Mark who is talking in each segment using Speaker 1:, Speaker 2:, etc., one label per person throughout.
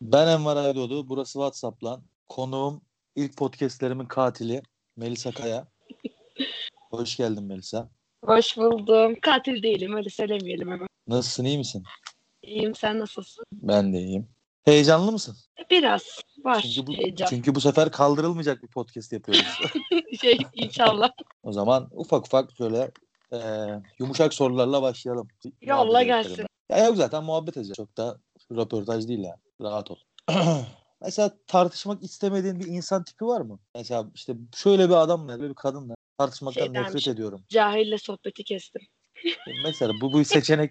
Speaker 1: Ben Enver Aydoğdu. Burası WhatsApp'lan. Konuğum ilk podcastlerimin katili Melisa Kaya. Hoş geldin Melisa.
Speaker 2: Hoş buldum. Katil değilim öyle söylemeyelim hemen.
Speaker 1: Nasılsın iyi misin?
Speaker 2: İyiyim sen nasılsın? E,
Speaker 1: Ben de iyiyim. Heyecanlı mısın?
Speaker 2: Biraz var
Speaker 1: Çünkü bu,
Speaker 2: heyecan.
Speaker 1: çünkü bu sefer kaldırılmayacak bir podcast yapıyoruz.
Speaker 2: Şey, inşallah.
Speaker 1: o zaman ufak ufak şöyle eee, yumuşak sorularla başlayalım.
Speaker 2: Yolla
Speaker 1: Muhabbet
Speaker 2: gelsin.
Speaker 1: edelim. Ya yok zaten muhabbet edeceğiz. Çok da röportaj değil ya. Rahat ol. Mesela tartışmak istemediğin bir insan tipi var mı? Mesela işte şöyle bir adamla, böyle bir kadınla tartışmaktan
Speaker 2: Şey
Speaker 1: nefret
Speaker 2: dermiş.
Speaker 1: ediyorum.
Speaker 2: Cahille sohbeti kestim.
Speaker 1: Mesela bu bu seçenek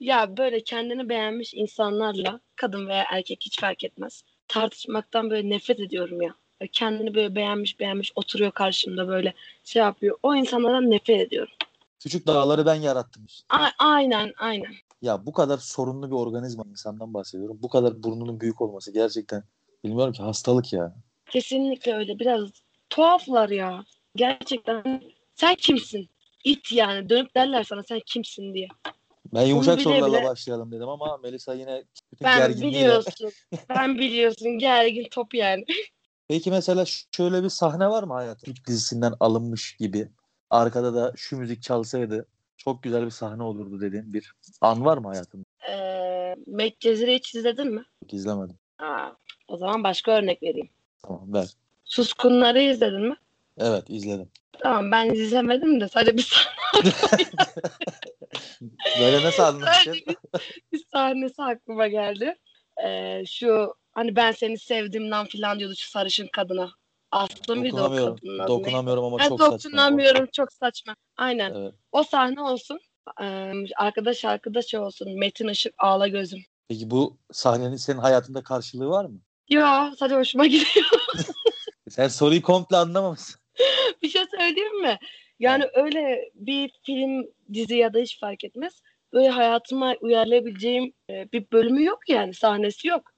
Speaker 2: Ya böyle kendini beğenmiş insanlarla kadın veya erkek hiç fark etmez. Tartışmaktan böyle nefret ediyorum ya. Böyle Kendini böyle beğenmiş beğenmiş oturuyor karşımda böyle şey yapıyor. O insanlardan nefret ediyorum.
Speaker 1: küçük dağları ben yarattım. işte.
Speaker 2: A- aynen aynen.
Speaker 1: Ya bu kadar sorunlu bir organizma insandan bahsediyorum. Bu kadar burnunun büyük olması gerçekten bilmiyorum ki hastalık ya.
Speaker 2: Kesinlikle öyle. Biraz tuhaflar ya. Gerçekten sen kimsin? İt yani. Dönüp derler sana sen kimsin diye.
Speaker 1: Ben yumuşak
Speaker 2: bile
Speaker 1: sorularla
Speaker 2: bile-
Speaker 1: başlayalım dedim ama Melisa yine bütün
Speaker 2: Ben
Speaker 1: gerginliğiyle-
Speaker 2: biliyorsun. ben biliyorsun. Gergin top yani.
Speaker 1: Peki mesela ş- şöyle bir sahne var mı hayatın? Türk dizisinden alınmış gibi. Arkada da şu müzik çalsaydı çok güzel bir sahne olurdu dediğin bir an var mı hayatında?
Speaker 2: Ee, Medcezir'i hiç izledin mi?
Speaker 1: Çok izlemedim.
Speaker 2: Aa, o zaman başka örnek vereyim.
Speaker 1: Tamam ver.
Speaker 2: Suskunları izledin mi?
Speaker 1: Evet izledim.
Speaker 2: Tamam ben izlemedim de sadece bir, sah-
Speaker 1: Böyle nasıl anlaşılır?
Speaker 2: sadece bir, bir sahnesi aklıma geldi. Ee, şu hani ben seni sevdim lan filan diyordu şu sarışın kadına. Aslı mıydı o
Speaker 1: Dokunamıyorum.
Speaker 2: kadının adı? Neydi?
Speaker 1: Dokunamıyorum ama
Speaker 2: Ben
Speaker 1: çok saçma.
Speaker 2: dokunamıyorum çok saçma. Aynen.
Speaker 1: Evet.
Speaker 2: O sahne olsun. Ee, arkadaş şarkıda şey olsun. Metin Işık ağla gözüm.
Speaker 1: Peki bu sahnenin senin hayatında karşılığı var mı? E
Speaker 2: Ya sadece hoşuma gidiyor.
Speaker 1: Sen soruyu komple anlamamışsın.
Speaker 2: bir şey söyleyeyim mi? Yani öyle bir film, dizi ya da hiç fark etmez. Böyle hayatıma uyarlayabileceğim e, bir bölümü yok yani. Sahnesi yok.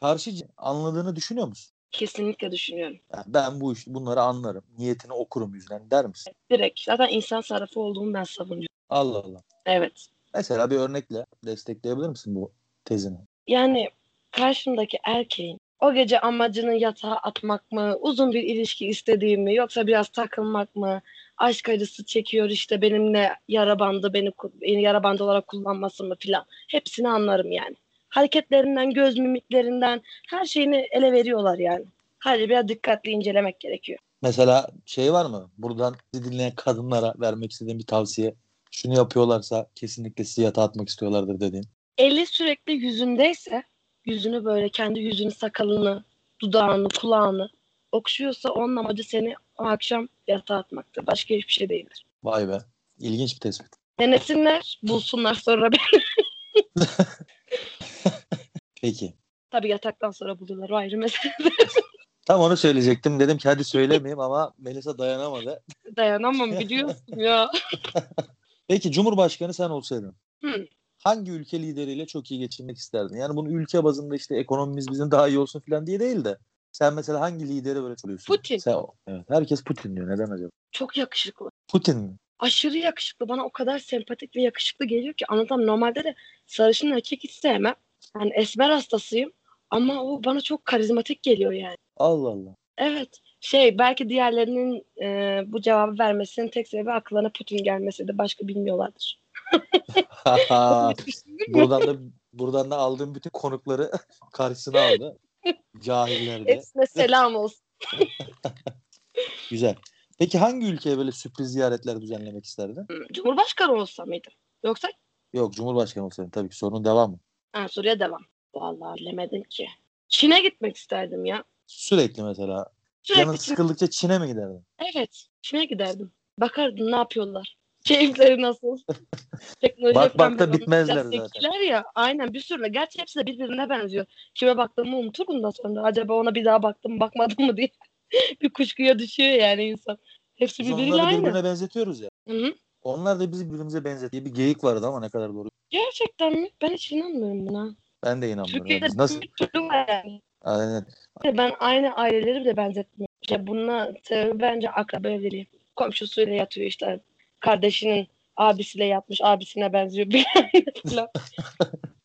Speaker 1: Karşı cin- anladığını düşünüyor musun?
Speaker 2: Kesinlikle düşünüyorum.
Speaker 1: Yani ben bu iş, bunları anlarım. Niyetini okurum yüzden der misin?
Speaker 2: Direkt. Zaten insan sarrafı olduğumu ben savunuyorum.
Speaker 1: Allah Allah.
Speaker 2: Evet.
Speaker 1: Mesela bir örnekle destekleyebilir misin bu tezini?
Speaker 2: Yani karşımdaki erkeğin o gece amacının yatağa atmak mı, uzun bir ilişki istediği mi, yoksa biraz takılmak mı, aşk acısı çekiyor işte benimle yara bandı, beni, ku- beni yara bandı olarak kullanması mı filan. Hepsini anlarım yani. Hareketlerinden, göz mimiklerinden her şeyini ele veriyorlar yani. Hadi biraz dikkatli incelemek gerekiyor.
Speaker 1: Mesela şey var mı? Buradan bizi dinleyen kadınlara vermek istediğim bir tavsiye. Şunu yapıyorlarsa kesinlikle sizi yatağa atmak istiyorlardır dediğin.
Speaker 2: Eli sürekli yüzündeyse, yüzünü böyle kendi yüzünü, sakalını, dudağını, kulağını okşuyorsa onun amacı seni o akşam yatağa atmaktır. Başka hiçbir şey değildir.
Speaker 1: Vay be. İlginç bir tespit.
Speaker 2: Denesinler, bulsunlar sonra ben.
Speaker 1: Peki.
Speaker 2: Tabii yataktan sonra bulurlar o ayrı mesele.
Speaker 1: Tam onu söyleyecektim. Dedim ki hadi söylemeyeyim ama Melisa dayanamadı.
Speaker 2: Dayanamam biliyorsun ya.
Speaker 1: Peki Cumhurbaşkanı sen olsaydın.
Speaker 2: Hı.
Speaker 1: Hangi ülke lideriyle çok iyi geçinmek isterdin? Yani bunu ülke bazında işte ekonomimiz bizim daha iyi olsun falan diye değil de. Sen mesela hangi lideri böyle çoluyorsun?
Speaker 2: Putin.
Speaker 1: Sen, evet, herkes Putin diyor. Neden acaba?
Speaker 2: Çok yakışıklı.
Speaker 1: Putin mi?
Speaker 2: Aşırı yakışıklı. Bana o kadar sempatik ve yakışıklı geliyor ki anlatamam. Normalde de sarışın erkek hiç sevmem. Yani esmer hastasıyım. Ama o bana çok karizmatik geliyor yani.
Speaker 1: Allah Allah.
Speaker 2: Evet. Şey belki diğerlerinin e, bu cevabı vermesinin tek sebebi akıllarına Putin gelmesi de başka bilmiyorlardır.
Speaker 1: buradan da buradan da aldığım bütün konukları karşısına aldı. Cahiller de.
Speaker 2: Hepsine selam olsun.
Speaker 1: Güzel. Peki hangi ülkeye böyle sürpriz ziyaretler düzenlemek isterdin?
Speaker 2: Cumhurbaşkanı olsa mıydı? Yoksa
Speaker 1: Yok Cumhurbaşkanı olsaydın tabii ki sorunun devamı.
Speaker 2: ha, Suriye devam. Vallahi bilemedim ki. Çin'e gitmek isterdim ya.
Speaker 1: Sürekli mesela. Canın
Speaker 2: Sürekli Çin.
Speaker 1: sıkıldıkça Çin'e mi giderdin?
Speaker 2: Evet. Çin'e giderdim. Bakardım ne yapıyorlar. Keyifleri nasıl? Teknoloji
Speaker 1: Bak
Speaker 2: falan
Speaker 1: bak da
Speaker 2: böyle
Speaker 1: bitmezler
Speaker 2: biraz
Speaker 1: zaten.
Speaker 2: zekiler ya. Aynen bir sürü. Gerçi hepsi de birbirine benziyor. Kime baktığımı unuturum da sonra. Acaba ona bir daha baktım mı, bakmadım mı diye. bir kuşkuya düşüyor yani insan. Hepsi
Speaker 1: Biz
Speaker 2: birbiriyle
Speaker 1: onları
Speaker 2: aynı.
Speaker 1: birbirine benzetiyoruz ya.
Speaker 2: Hı-hı.
Speaker 1: Onlar da bizi birbirimize benzetiyor. Bir geyik vardı ama ne kadar doğru.
Speaker 2: Gerçekten mi? Ben hiç inanmıyorum buna.
Speaker 1: Ben de inanmıyorum.
Speaker 2: Türkiye'de
Speaker 1: Biz nasıl?
Speaker 2: bir türlü var yani.
Speaker 1: Aynen.
Speaker 2: Ben aynı aileleri bile benzetmiyorum. Ya bununla sebebi bence akraba evliliği. Komşusuyla yatıyor işte. Kardeşinin abisiyle yatmış, abisine benziyor. Bir-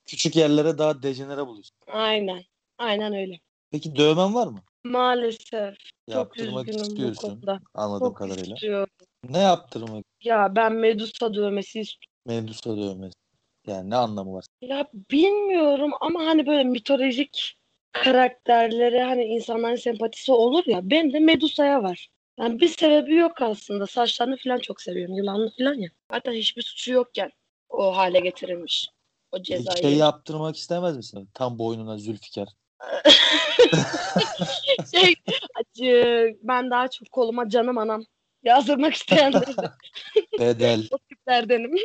Speaker 1: küçük yerlere daha dejenere buluyorsun.
Speaker 2: Aynen. Aynen öyle.
Speaker 1: Peki dövmen var mı?
Speaker 2: Maalesef çok
Speaker 1: Yaptırmak
Speaker 2: üzgünüm bu
Speaker 1: istiyorsun
Speaker 2: konuda.
Speaker 1: anladığım
Speaker 2: Çok
Speaker 1: kadarıyla.
Speaker 2: istiyorum.
Speaker 1: Ne yaptırmak?
Speaker 2: Ya ben Medusa dövmesi istiyorum.
Speaker 1: Medusa dövmesi. Yani ne anlamı var?
Speaker 2: Ya bilmiyorum ama hani böyle mitolojik karakterlere hani insanların sempatisi olur ya. Ben de Medusa'ya var. Yani bir sebebi yok aslında. Saçlarını falan çok seviyorum. Yılanlı falan ya. Zaten hiçbir suçu yokken o hale getirilmiş. O
Speaker 1: Peki
Speaker 2: cezayı.
Speaker 1: Şey yaptırmak istemez misin? Tam boynuna Zülfikar.
Speaker 2: şey acı, ben daha çok koluma canım anam yazdırmak isteyenlerden
Speaker 1: Bedel.
Speaker 2: tiplerdenim.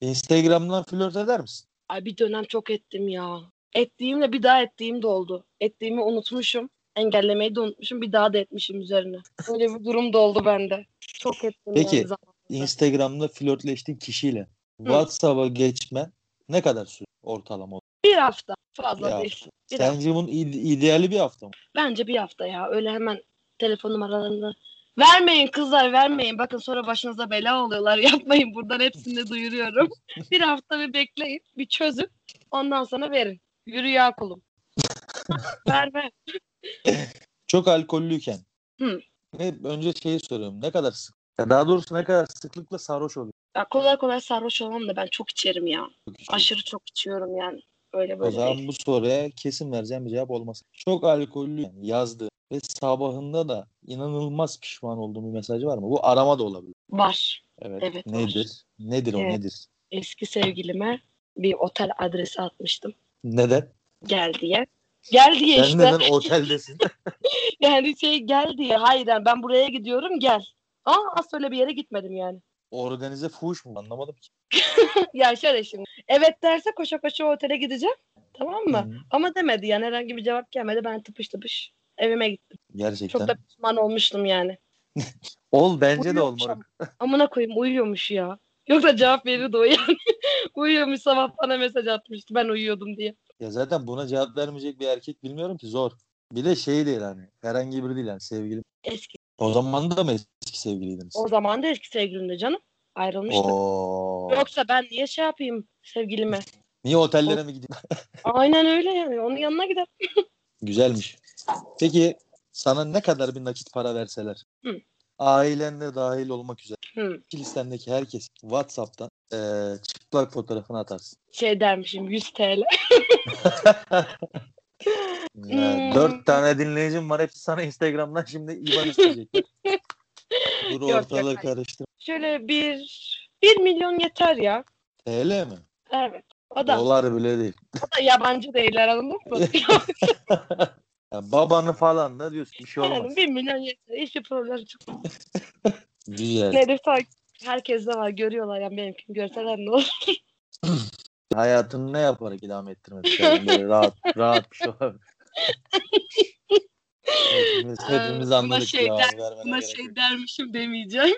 Speaker 1: Instagram'dan flört eder misin?
Speaker 2: Ay bir dönem çok ettim ya. Ettiğimle bir daha ettiğim de oldu. Ettiğimi unutmuşum. Engellemeyi de unutmuşum. Bir daha da etmişim üzerine. Öyle bir durum da oldu bende. Çok ettim
Speaker 1: Peki.
Speaker 2: yani zaman.
Speaker 1: Instagram'da flörtleştiğin kişiyle WhatsApp'a geçmen ne kadar süre ortalama?
Speaker 2: Bir hafta fazla
Speaker 1: Ya,
Speaker 2: değil. Bir hafta.
Speaker 1: Sence bunun ide- ideali bir hafta mı?
Speaker 2: Bence bir hafta ya. Öyle hemen telefon numaralarını vermeyin kızlar vermeyin. Bakın sonra başınıza bela oluyorlar. Yapmayın buradan hepsini de duyuruyorum. bir hafta bir bekleyin. Bir çözün. Ondan sonra verin. Yürü ya kulum. Verme.
Speaker 1: Çok alkollüyken.
Speaker 2: Hı.
Speaker 1: Ne, önce şeyi soruyorum. Ne kadar sık? Ya daha doğrusu ne kadar sıklıkla sarhoş oluyor?
Speaker 2: Ya kolay kolay sarhoş olamam da ben çok içerim ya. Aşırı çok içiyorum yani. Öyle
Speaker 1: O
Speaker 2: böyle
Speaker 1: zaman
Speaker 2: değil.
Speaker 1: bu soruya kesin vereceğim bir cevap olmasın. Çok alkollü yani yazdı ve sabahında da inanılmaz pişman olduğum bir mesajı var mı? Bu arama da olabilir.
Speaker 2: Var.
Speaker 1: Evet.
Speaker 2: Evet, var.
Speaker 1: nedir? Nedir o
Speaker 2: Evet.
Speaker 1: nedir?
Speaker 2: Eski sevgilime bir otel adresi atmıştım.
Speaker 1: Neden?
Speaker 2: Gel diye. Gel diye
Speaker 1: Sen
Speaker 2: işte.
Speaker 1: neden oteldesin?
Speaker 2: Yani şey gel diye. Hayır yani ben buraya gidiyorum gel. Aa asla öyle bir yere gitmedim yani.
Speaker 1: Organize fuhuş mu? Anlamadım ki.
Speaker 2: ya şöyle şimdi. Evet derse koşa koşa o otele gideceğim. Tamam mı?
Speaker 1: Hı.
Speaker 2: Ama demedi yani herhangi bir cevap gelmedi. Ben tıpış tıpış evime gittim.
Speaker 1: Gerçekten.
Speaker 2: Çok da pişman olmuştum yani.
Speaker 1: Ol bence de ol
Speaker 2: Uyuyormuş
Speaker 1: moruk.
Speaker 2: ama. Amına koyayım uyuyormuş ya. Yoksa cevap verirdi o yani. uyuyormuş sabah bana mesaj atmıştı ben uyuyordum diye.
Speaker 1: Ya zaten buna cevap vermeyecek bir erkek bilmiyorum ki zor. Bir de şey değil hani. Herhangi biri değil yani sevgilim.
Speaker 2: Eski.
Speaker 1: O zaman da mı eski sevgiliydiniz?
Speaker 2: O zaman da eski sevgilimdi canım. Ayrılmıştık.
Speaker 1: Oo.
Speaker 2: Yoksa ben niye şey yapayım sevgilime?
Speaker 1: Niye otellere mi gideyim?
Speaker 2: Aynen öyle yani. Onun yanına gider.
Speaker 1: Güzelmiş. Peki sana ne kadar bir nakit para verseler?
Speaker 2: Hı.
Speaker 1: Ailenle dahil olmak üzere.
Speaker 2: Hı.
Speaker 1: Listendeki herkes Whatsapp'tan eee, çıplak fotoğrafını atarsın.
Speaker 2: şey dermişim 100 TL.
Speaker 1: Ee,
Speaker 2: Hmm.
Speaker 1: Dört tane dinleyicim var. Hepsi sana Instagram'dan şimdi IBAN isteyecekler. Dur
Speaker 2: yok,
Speaker 1: ortalığı
Speaker 2: hayır.
Speaker 1: karıştır.
Speaker 2: Şöyle bir 1 milyon yeter ya.
Speaker 1: TL mi?
Speaker 2: Evet. O da,
Speaker 1: Dolar bile değil.
Speaker 2: o da yabancı değiller anladın mı?
Speaker 1: Ya babanı falan da diyorsun. Bir şey olmaz.
Speaker 2: yani 1 milyon yeter. Hiçbir problem çıkmıyor.
Speaker 1: Güzel.
Speaker 2: Herif tak- Herkes de var görüyorlar yani benimkini görseler ne olur.
Speaker 1: Hayatını ne yaparak idame ettirmek yani böyle rahat rahat bir şey olabilir. hepimiz, hepimiz
Speaker 2: Ee,
Speaker 1: anladık
Speaker 2: buna şey
Speaker 1: ya.
Speaker 2: der-
Speaker 1: vermene
Speaker 2: Buna
Speaker 1: gerek yok.
Speaker 2: şey dermişim demeyeceğim.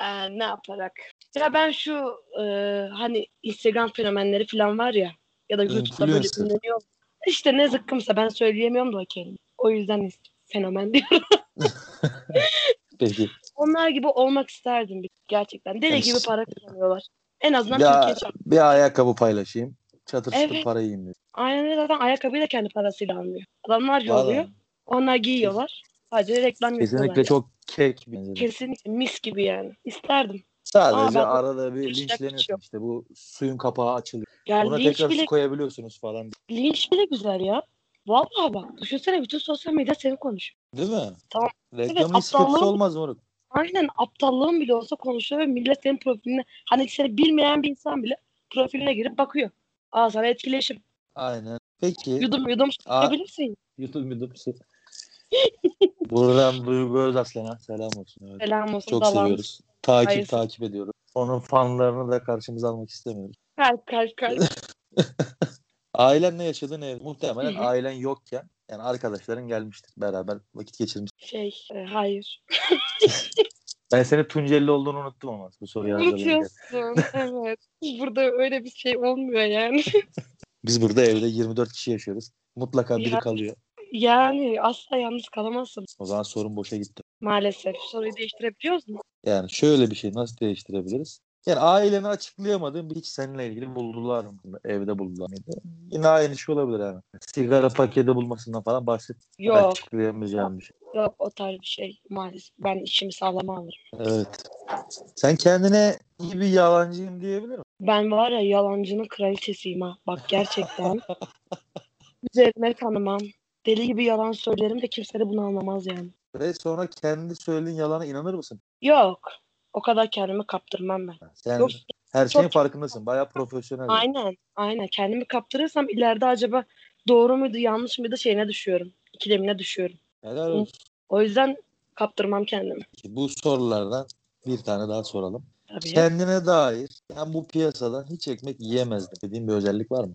Speaker 2: Ee, ne yaparak? Ya ben şu e, hani Instagram fenomenleri falan var ya ya da YouTube'da böyle
Speaker 1: Influencer.
Speaker 2: ünleniyor. İşte ne zıkkımsa ben söyleyemiyorum da o kelime. O yüzden fenomen diyorum.
Speaker 1: Peki.
Speaker 2: Onlar gibi olmak isterdim bir- gerçekten. Deli
Speaker 1: Yani
Speaker 2: gibi
Speaker 1: s-
Speaker 2: para kazanıyorlar. En azından
Speaker 1: Ya-
Speaker 2: Türkiye çapında.
Speaker 1: Bir ayakkabı paylaşayım. Çatır çıtır
Speaker 2: Evet.
Speaker 1: para yiyeyim diyor.
Speaker 2: Aynen öyle zaten ayakkabıyı da kendi parasıyla almıyor. Adamlar yolluyor.
Speaker 1: Vallahi
Speaker 2: Onlar giyiyorlar. Sadece reklam
Speaker 1: kesinlikle
Speaker 2: yapıyorlar.
Speaker 1: çok kek bir benzedim.
Speaker 2: Kesinlikle mis gibi yani. İsterdim.
Speaker 1: Sadece
Speaker 2: Aa, ben-
Speaker 1: arada bir
Speaker 2: Hiç
Speaker 1: linçleniyorsun
Speaker 2: yok.
Speaker 1: işte bu suyun kapağı açılıyor.
Speaker 2: Yani
Speaker 1: Buna
Speaker 2: linç,
Speaker 1: tekrar
Speaker 2: bile,
Speaker 1: su koyabiliyorsunuz falan.
Speaker 2: linç bile güzel ya. Vallahi bak. Düşünsene bütün sosyal medya seni konuşuyor.
Speaker 1: Değil mi?
Speaker 2: Tamam.
Speaker 1: Reklamın
Speaker 2: Evet,
Speaker 1: hiç kötüsü
Speaker 2: aptallığın-
Speaker 1: olmaz moruk.
Speaker 2: Aynen aptallığın bile olsa konuşuyor ve millet senin profiline hani seni bilmeyen bir insan bile profiline girip bakıyor. Aa sana etkileşim.
Speaker 1: Aynen. Peki.
Speaker 2: Yudum yudum
Speaker 1: Aa,
Speaker 2: tutabilirsin.
Speaker 1: YouTube YouTube. Buradan Duygu Özaslan'a selam olsun. Evet.
Speaker 2: Selam olsun.
Speaker 1: Çok
Speaker 2: davam.
Speaker 1: seviyoruz. Takip
Speaker 2: Hayır.
Speaker 1: takip ediyoruz. Onun fanlarını da karşımıza almak istemiyoruz.
Speaker 2: Kalp kalp kalp.
Speaker 1: Ailenle yaşadığın ev muhtemelen
Speaker 2: Hı hı.
Speaker 1: ailen yokken yani arkadaşların gelmiştir beraber vakit geçirmiş.
Speaker 2: Şey e, hayır.
Speaker 1: Ben seni Tunceli olduğunu unuttum ama bu soruyu hazırlanırken.
Speaker 2: Unutuyorsun. evet. Burada öyle bir şey olmuyor yani.
Speaker 1: Biz burada evde 24 kişi yaşıyoruz. Mutlaka biri
Speaker 2: Ya.
Speaker 1: kalıyor.
Speaker 2: Yani asla yalnız kalamazsın.
Speaker 1: O zaman sorun boşa gitti.
Speaker 2: Maalesef. Soruyu değiştirebiliyoruz mu?
Speaker 1: Yani şöyle bir şey nasıl değiştirebiliriz? Yani aileni açıklayamadığın bir hiç seninle ilgili buldular mı? Evde buldular mıydı? Yine aynı şey olabilir yani. Sigara paketi bulmasından falan bahset.
Speaker 2: Yok
Speaker 1: Açıklayamayacağım bir şey.
Speaker 2: yok o tarz bir şey maalesef. Ben işimi sağlama alırım.
Speaker 1: Evet. Sen kendine iyi bir yalancıyım diyebilir misin?
Speaker 2: Ben var ya yalancının kraliçesiyim ha. Bak gerçekten. Üzerime tanımam. Deli gibi yalan söylerim de kimse de bunu anlamaz yani.
Speaker 1: Ve sonra kendi söylediğin yalana inanır mısın?
Speaker 2: Yok. O kadar kendimi kaptırmam ben.
Speaker 1: Sen
Speaker 2: Yok
Speaker 1: her şeyin
Speaker 2: çok-
Speaker 1: farkındasın. Bayağı profesyonel.
Speaker 2: Aynen, aynen. Kendimi kaptırırsam ileride acaba doğru muydu, yanlış mıydı şeyine düşüyorum. İkilemine düşüyorum.
Speaker 1: Helal olsun.
Speaker 2: O yüzden kaptırmam kendimi.
Speaker 1: Bu sorulardan bir tane daha soralım.
Speaker 2: Tabii. ya.
Speaker 1: Kendine dair ben bu piyasadan hiç ekmek yiyemezdim dediğin bir özellik var mı?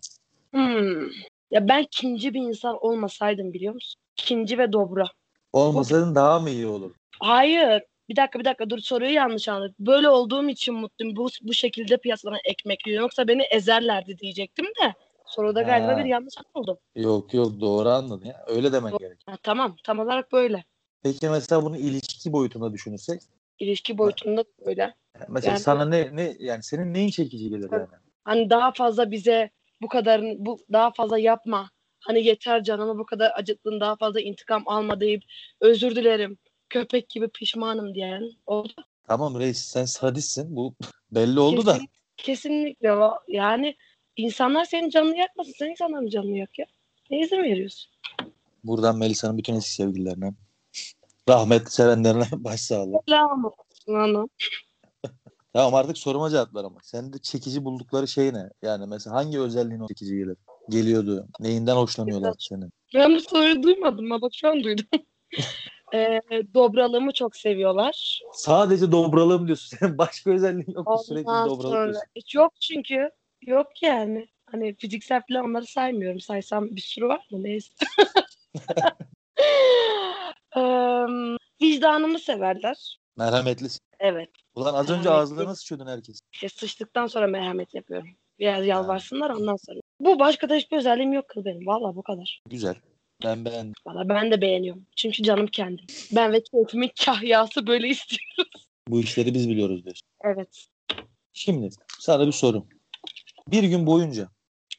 Speaker 2: Hmm. Ya ben kinci bir insan olmasaydım biliyor musun? Kinci ve dobra.
Speaker 1: Olmasaydın daha mı iyi olur?
Speaker 2: Hayır. Bir dakika bir dakika dur soruyu yanlış anladım. Böyle olduğum için mutluyum. Bu, bu şekilde piyasadan ekmek yiyor. Yoksa beni ezerlerdi diyecektim de. Soruda galiba
Speaker 1: Ha.
Speaker 2: bir yanlış oldu.
Speaker 1: Yok yok doğru anladın ya. Öyle demen
Speaker 2: Doğru.
Speaker 1: gerek.
Speaker 2: Ha, tamam tam olarak böyle.
Speaker 1: Peki mesela bunu ilişki boyutunda düşünürsek
Speaker 2: İlişki boyutunda da böyle.
Speaker 1: yani mesela
Speaker 2: Yani-
Speaker 1: sana ne ne yani senin neyin çekici gelir yani?
Speaker 2: hani daha fazla bize bu kadarını bu daha fazla yapma. Hani yeter canımı bu kadar acıttın daha fazla intikam alma deyip özür dilerim. Köpek gibi pişmanım diyen o da
Speaker 1: Tamam reis sen sadistsin bu belli oldu da.
Speaker 2: kesin- kesinlikle o. Yani insanlar senin canını yakmasın. Sen insanların canını yak ya. Ne izin veriyorsun?
Speaker 1: Buradan Melisa'nın bütün eski sevgililerine rahmetli sevenlerine başsağlığı.
Speaker 2: Selam olsun ana.
Speaker 1: Tamam artık soruma cevaplar ama. Sen de çekici buldukları şey ne? Yani mesela hangi özelliğin o çekici gelir? Geliyordu. Neyinden hoşlanıyorlar senin?
Speaker 2: Ben bu soruyu duymadım ama bak şu an duydum. Ee, dobralığımı çok seviyorlar.
Speaker 1: Sadece dobralığım diyorsun. Senin başka özelliğin yok mu? Sürekli
Speaker 2: Ondan
Speaker 1: dobralık
Speaker 2: sonra-
Speaker 1: diyorsun.
Speaker 2: E, Yok çünkü. Yok yani. Hani fiziksel falan onları saymıyorum. Saysam bir sürü var mı? Neyse. Em, vicdanımı severler.
Speaker 1: Merhametlisin.
Speaker 2: Evet.
Speaker 1: Ulan az önce
Speaker 2: Merhametli.
Speaker 1: ağızlarına sıçıyordun herkes.
Speaker 2: İşte sıçtıktan sonra merhamet yapıyorum. Biraz yalvarsınlar ondan sonra. Bu başka da hiçbir özelliğim yok kız benim. Valla bu kadar.
Speaker 1: Güzel. Ben beğendim.
Speaker 2: Valla ben de beğeniyorum. Çünkü canım kendim. Ben ve keyfimin kahyası böyle istiyor.
Speaker 1: Bu işleri biz biliyoruz diyorsun.
Speaker 2: Evet.
Speaker 1: Şimdi sana bir sorum. Bir gün boyunca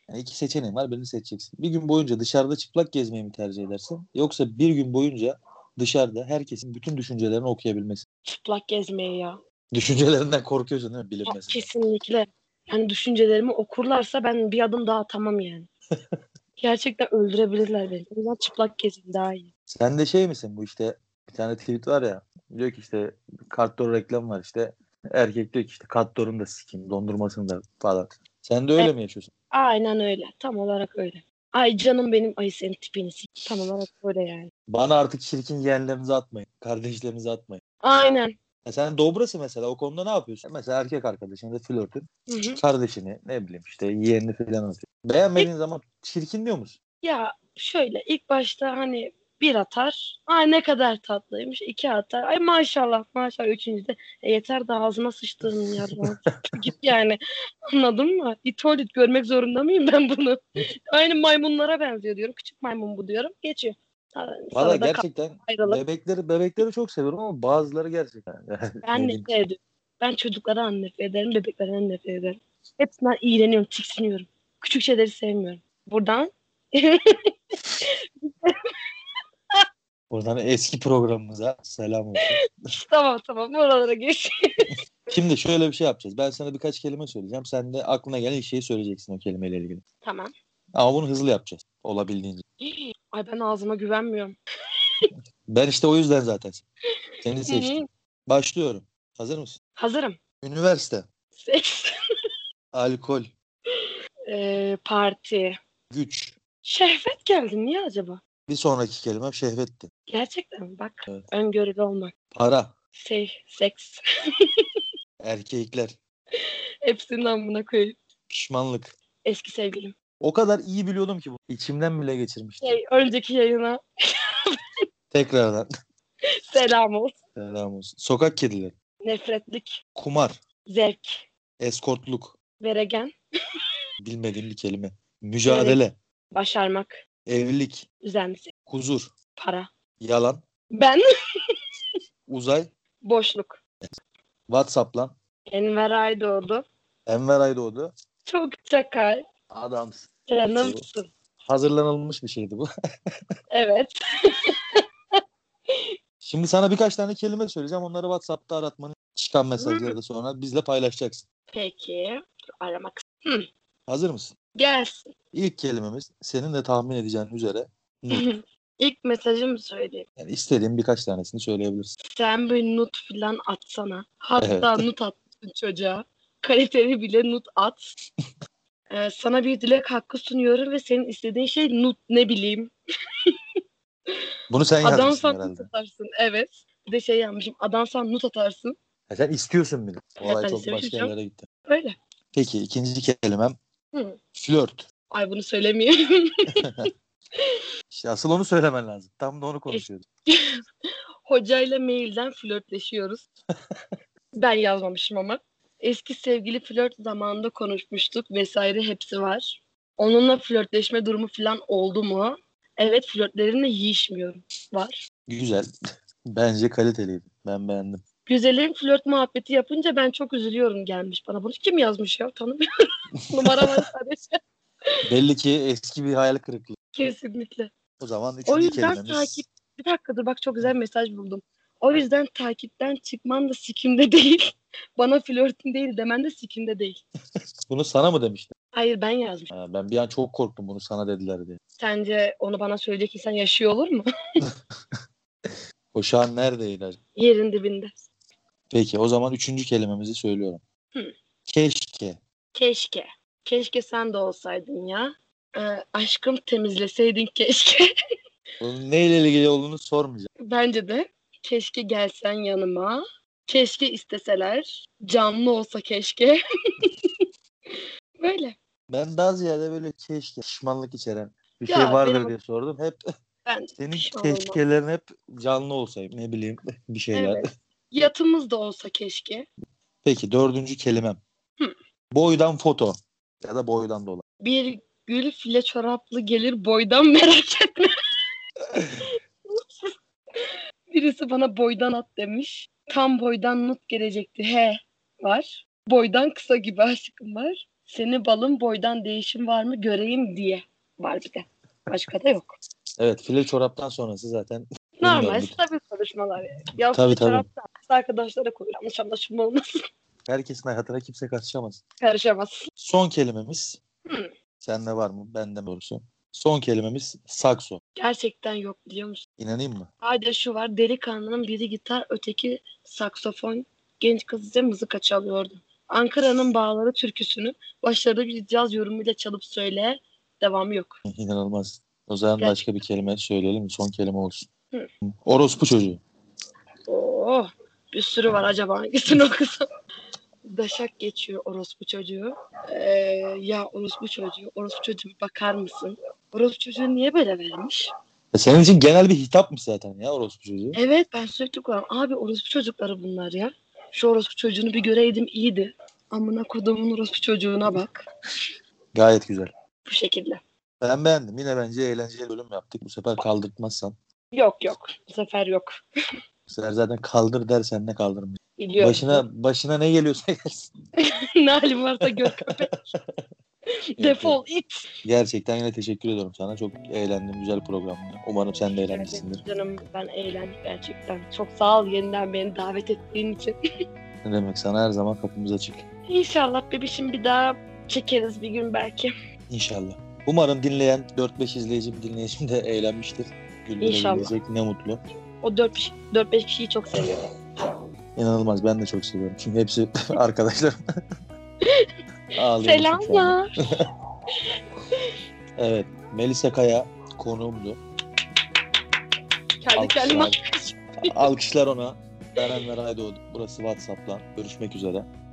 Speaker 1: yani iki seçeneğin var birini seçeceksin. Bir gün boyunca dışarıda çıplak gezmeyi mi tercih edersin? Yoksa bir gün boyunca dışarıda herkesin bütün düşüncelerini okuyabilmesi.
Speaker 2: Çıplak gezmeyi ya.
Speaker 1: Düşüncelerinden korkuyorsun değil mi bilinmesi?
Speaker 2: Kesinlikle. Yani düşüncelerimi okurlarsa ben bir adım daha atamam yani. Gerçekten öldürebilirler beni. O yüzden çıplak gezin daha iyi.
Speaker 1: Sen de şey misin bu işte bir tane tweet var ya diyor ki işte kartdor reklam var işte erkek diyor ki işte kartdorun da sikeyim dondurmasını da falan. Sen de öyle mi yaşıyorsun?
Speaker 2: Aynen öyle. Tam olarak öyle. Ay canım benim. Ay senin tipini s- Tam olarak öyle yani.
Speaker 1: Bana artık çirkin yeğenlerinizi atmayın. Kardeşlerinizi atmayın.
Speaker 2: Aynen.
Speaker 1: Ya E, sen dobrası mesela o konuda ne yapıyorsun? E, Mesela erkek arkadaşını da flörtün.
Speaker 2: Hı hı. Şimdi
Speaker 1: Kardeşini ne bileyim işte yeğenini falan atıyor. Beğenmediğin zaman çirkin diyor musun?
Speaker 2: Ya şöyle ilk başta hani bir atar. Ay ne kadar tatlıymış. iki atar. Ay maşallah maşallah. Üçüncüde e, yeter de ağzına sıçtığım ya. Git yani. Anladın mı? İtolit görmek zorunda mıyım ben bunu? Aynı maymunlara benziyor diyorum. Küçük maymun bu diyorum. Geçiyor. Sonra
Speaker 1: Valla
Speaker 2: da
Speaker 1: gerçekten
Speaker 2: ayrılıp
Speaker 1: bebekleri bebekleri çok seviyorum ama bazıları gerçekten. Yani ne
Speaker 2: ben
Speaker 1: bileyim.
Speaker 2: nefret ediyorum. Ben çocuklardan nefret ederim. Bebeklerden nefret ederim. Hepsinden iğreniyorum. Tiksiniyorum. Küçük şeyleri sevmiyorum. Buradan
Speaker 1: Buradan eski programımıza selam olsun.
Speaker 2: tamam tamam oralara geç.
Speaker 1: Şimdi şöyle bir şey yapacağız. Ben sana birkaç kelime söyleyeceğim. Sen de aklına gelen ilk şeyi söyleyeceksin o kelimeyle ilgili.
Speaker 2: tamam.
Speaker 1: Ama bunu hızlı yapacağız. Olabildiğince.
Speaker 2: Ay ben ağzıma güvenmiyorum.
Speaker 1: Ben işte o yüzden zaten seni seçtim.
Speaker 2: Hı,
Speaker 1: Başlıyorum. Hazır mısın?
Speaker 2: Hazırım.
Speaker 1: Üniversite,
Speaker 2: Seks,
Speaker 1: alkol,
Speaker 2: eee, Ee, parti.
Speaker 1: güç.
Speaker 2: Şehvet geldi niye acaba?
Speaker 1: Bir sonraki kelimem şehvetti.
Speaker 2: Gerçekten mi? bak
Speaker 1: Evet.
Speaker 2: öngörülü olmak.
Speaker 1: Para,
Speaker 2: Şey, seks.
Speaker 1: erkekler,
Speaker 2: Hepsinden buna koyayım.
Speaker 1: pişmanlık.
Speaker 2: Eski sevgilim.
Speaker 1: O kadar iyi biliyordum ki bunu. İçimden bile geçirmiştim.
Speaker 2: Şey, önceki yayına
Speaker 1: Tekrardan.
Speaker 2: selam olsun.
Speaker 1: Selam olsun. Sokak kedileri,
Speaker 2: Nefretlik,
Speaker 1: kumar,
Speaker 2: zevk,
Speaker 1: eskortluk.
Speaker 2: veregen,
Speaker 1: Bilmediğim bir kelime. Mücadele,
Speaker 2: başarmak,
Speaker 1: evlilik,
Speaker 2: üzenmesi,
Speaker 1: huzur,
Speaker 2: para.
Speaker 1: yalan,
Speaker 2: Ben
Speaker 1: uzay,
Speaker 2: boşluk.
Speaker 1: WhatsApp lan.
Speaker 2: Enver Aydoğdu.
Speaker 1: Enver Aydoğdu.
Speaker 2: Çok çakal.
Speaker 1: Adams.
Speaker 2: Canımsın.
Speaker 1: Hazırlanılmış bir şeydi bu.
Speaker 2: Evet.
Speaker 1: Şimdi sana birkaç tane kelime söyleyeceğim. Onları WhatsApp'ta aratmanın çıkan mesajları da sonra bizle paylaşacaksın.
Speaker 2: Peki. Dur, Aramak.
Speaker 1: Hazır mısın?
Speaker 2: Gelsin.
Speaker 1: İlk kelimemiz senin de tahmin edeceğin üzere nut.
Speaker 2: İlk mesajımı söyleyeyim.
Speaker 1: Yani istediğin birkaç tanesini söyleyebilirsin.
Speaker 2: Sen bir nut falan atsana. Hatta nut attın çocuğa. Kaliteli bile nut at. Ee, sana bir dilek hakkı sunuyorum ve senin istediğin şey nut ne bileyim.
Speaker 1: Bunu sen yazmışsın
Speaker 2: Adansan nut
Speaker 1: herhalde.
Speaker 2: atarsın. Evet. Bir de şey yapmışım. Adansan nut atarsın.
Speaker 1: Ya sen istiyorsun bile.
Speaker 2: Evet,
Speaker 1: Olay
Speaker 2: ben
Speaker 1: çok
Speaker 2: istemişim
Speaker 1: başka
Speaker 2: canım.
Speaker 1: yerlere gitti.
Speaker 2: Öyle.
Speaker 1: Peki ikinci kelimem
Speaker 2: Hı.
Speaker 1: flört.
Speaker 2: Ay bunu söylemeyeyim.
Speaker 1: İşte asıl onu söylemen lazım. Tam da onu konuşuyorduk.
Speaker 2: Hocayla mailden flörtleşiyoruz. ben yazmamışım ama. Eski sevgili flört zamanında konuşmuştuk vesaire hepsi var. Onunla flörtleşme durumu falan oldu mu? Evet flörtlerimle yiyişmiyorum. Var.
Speaker 1: Güzel. Bence kaliteliydi. Ben beğendim.
Speaker 2: Güzellerin flört muhabbeti yapınca ben çok üzülüyorum gelmiş bana. Bunu kim yazmış ya? Tanımıyorum. Numara var sadece.
Speaker 1: Belli ki eski bir hayal kırıklığı.
Speaker 2: Kesinlikle.
Speaker 1: O zaman üçüncü
Speaker 2: O yüzden
Speaker 1: kelimemiz.
Speaker 2: takip... Bir dakika dur bak çok güzel mesaj buldum. O yüzden takipten çıkman da sikimde değil. Bana flörtün değil demen de sikimde değil.
Speaker 1: Bunu sana mı demişler?
Speaker 2: Hayır ben yazmışım.
Speaker 1: Ha, ben bir an çok korktum bunu sana dediler diye.
Speaker 2: Sence onu bana söyleyecek insan yaşıyor olur mu?
Speaker 1: O şu an neredeydi acaba?
Speaker 2: Yerin dibinde.
Speaker 1: Peki o zaman üçüncü kelimemizi söylüyorum.
Speaker 2: Hı.
Speaker 1: Keşke.
Speaker 2: Keşke. Keşke sen de olsaydın ya. Ee, aşkım temizleseydin keşke.
Speaker 1: Bunun neyle ilgili olduğunu sormayacağım.
Speaker 2: Bence de. Keşke gelsen yanıma. Keşke isteseler. Canlı olsa keşke. Böyle.
Speaker 1: Ben daha ziyade böyle keşke pişmanlık içeren bir
Speaker 2: Ya,
Speaker 1: şey vardır
Speaker 2: benim-
Speaker 1: diye sordum. Hep
Speaker 2: Ben
Speaker 1: senin
Speaker 2: pişman
Speaker 1: keşkelerin hep canlı olsaydı ne bileyim bir şeyler.
Speaker 2: Evet. Yatımız da olsa keşke.
Speaker 1: Peki dördüncü kelimem.
Speaker 2: Hı.
Speaker 1: Boydan foto ya da boydan dolayı.
Speaker 2: Bir gül file çoraplı gelir boydan merak etme. Birisi bana boydan at demiş. Tam boydan nut gelecekti. He var. Boydan kısa gibi aşkım var. Seni balım boydan değişim var mı göreyim diye var bir de. Başka da yok.
Speaker 1: Evet file çoraptan sonrası zaten
Speaker 2: Normal
Speaker 1: Bilmiyorum.
Speaker 2: stabil konuşmalar yani. Ya
Speaker 1: Tabii,
Speaker 2: file
Speaker 1: tabii.
Speaker 2: çoraplı kız arkadaşlara koy. Yanlış anlaşılma olmasın.
Speaker 1: herkesin hayatına kimse karışamaz.
Speaker 2: Karışamazsın.
Speaker 1: Son kelimemiz.
Speaker 2: Hı.
Speaker 1: Sende var mı? Bende mi doğrusu? Son kelimemiz sakso.
Speaker 2: Gerçekten yok biliyor musun?
Speaker 1: İnanayım mı?
Speaker 2: Sadece şu var delikanlının biri gitar öteki saksofon genç kız ise mızıka çalıyordu. Ankara'nın bağları türküsünü başarılı bir caz yorumuyla çalıp söyle devamı yok.
Speaker 1: İnanılmaz. O zaman
Speaker 2: Gerçekten.
Speaker 1: başka bir kelime söyleyelim mi? Son kelime olsun.
Speaker 2: Hı.
Speaker 1: Orospu çocuğu.
Speaker 2: Oo, Oh, bir sürü var acaba hangisini okusam. Daşak geçiyor orospu çocuğu. Ee, ya orospu çocuğu, orospu çocuğu bir bakar mısın? Orospu çocuğu niye böyle vermiş?
Speaker 1: Ya E, senin için genel bir hitapmış zaten ya orospu çocuğu.
Speaker 2: Evet ben sürekli kullanıyorum. Abi orospu çocukları bunlar ya. Şu orospu çocuğunu bir göreydim iyiydi. Amına kodumun orospu çocuğuna bak.
Speaker 1: Gayet güzel.
Speaker 2: Bu şekilde.
Speaker 1: Ben beğendim. Yine bence eğlenceli bölüm yaptık. Bu sefer kaldırtmazsan.
Speaker 2: Yok yok. Bu sefer yok.
Speaker 1: Bu sefer zaten kaldır dersen ne kaldırmayacak.
Speaker 2: Biliyorum.
Speaker 1: Başına, başına ne geliyorsa gelsin.
Speaker 2: ne halim varsa gör köpek. Defol it.
Speaker 1: Gerçekten yine teşekkür ediyorum sana. Çok eğlendim. Güzel programdı. Umarım sen de eğlenmişsindir.
Speaker 2: Canım ben eğlendim gerçekten. Çok sağ ol yeniden beni davet ettiğin için.
Speaker 1: Ne demek sana her zaman kapımız açık.
Speaker 2: İnşallah bebişim bir daha çekeriz bir gün belki.
Speaker 1: İnşallah. Umarım dinleyen 4-5 izleyicim dinleyicim de eğlenmiştir. Güldürebilecek ne mutlu.
Speaker 2: O 4-5 kişiyi çok seviyorum.
Speaker 1: İnanılmaz ben de çok seviyorum. Çünkü hepsi arkadaşlarım. Ağlıyorum şu anda.
Speaker 2: Selamlar.
Speaker 1: Evet. Melisa Kaya konuğumdu.
Speaker 2: Kendi kendime
Speaker 1: Alkışlar, alkışlar ona. Ben Enver Aydoğdu. Burası Whatsapp'la. Görüşmek üzere.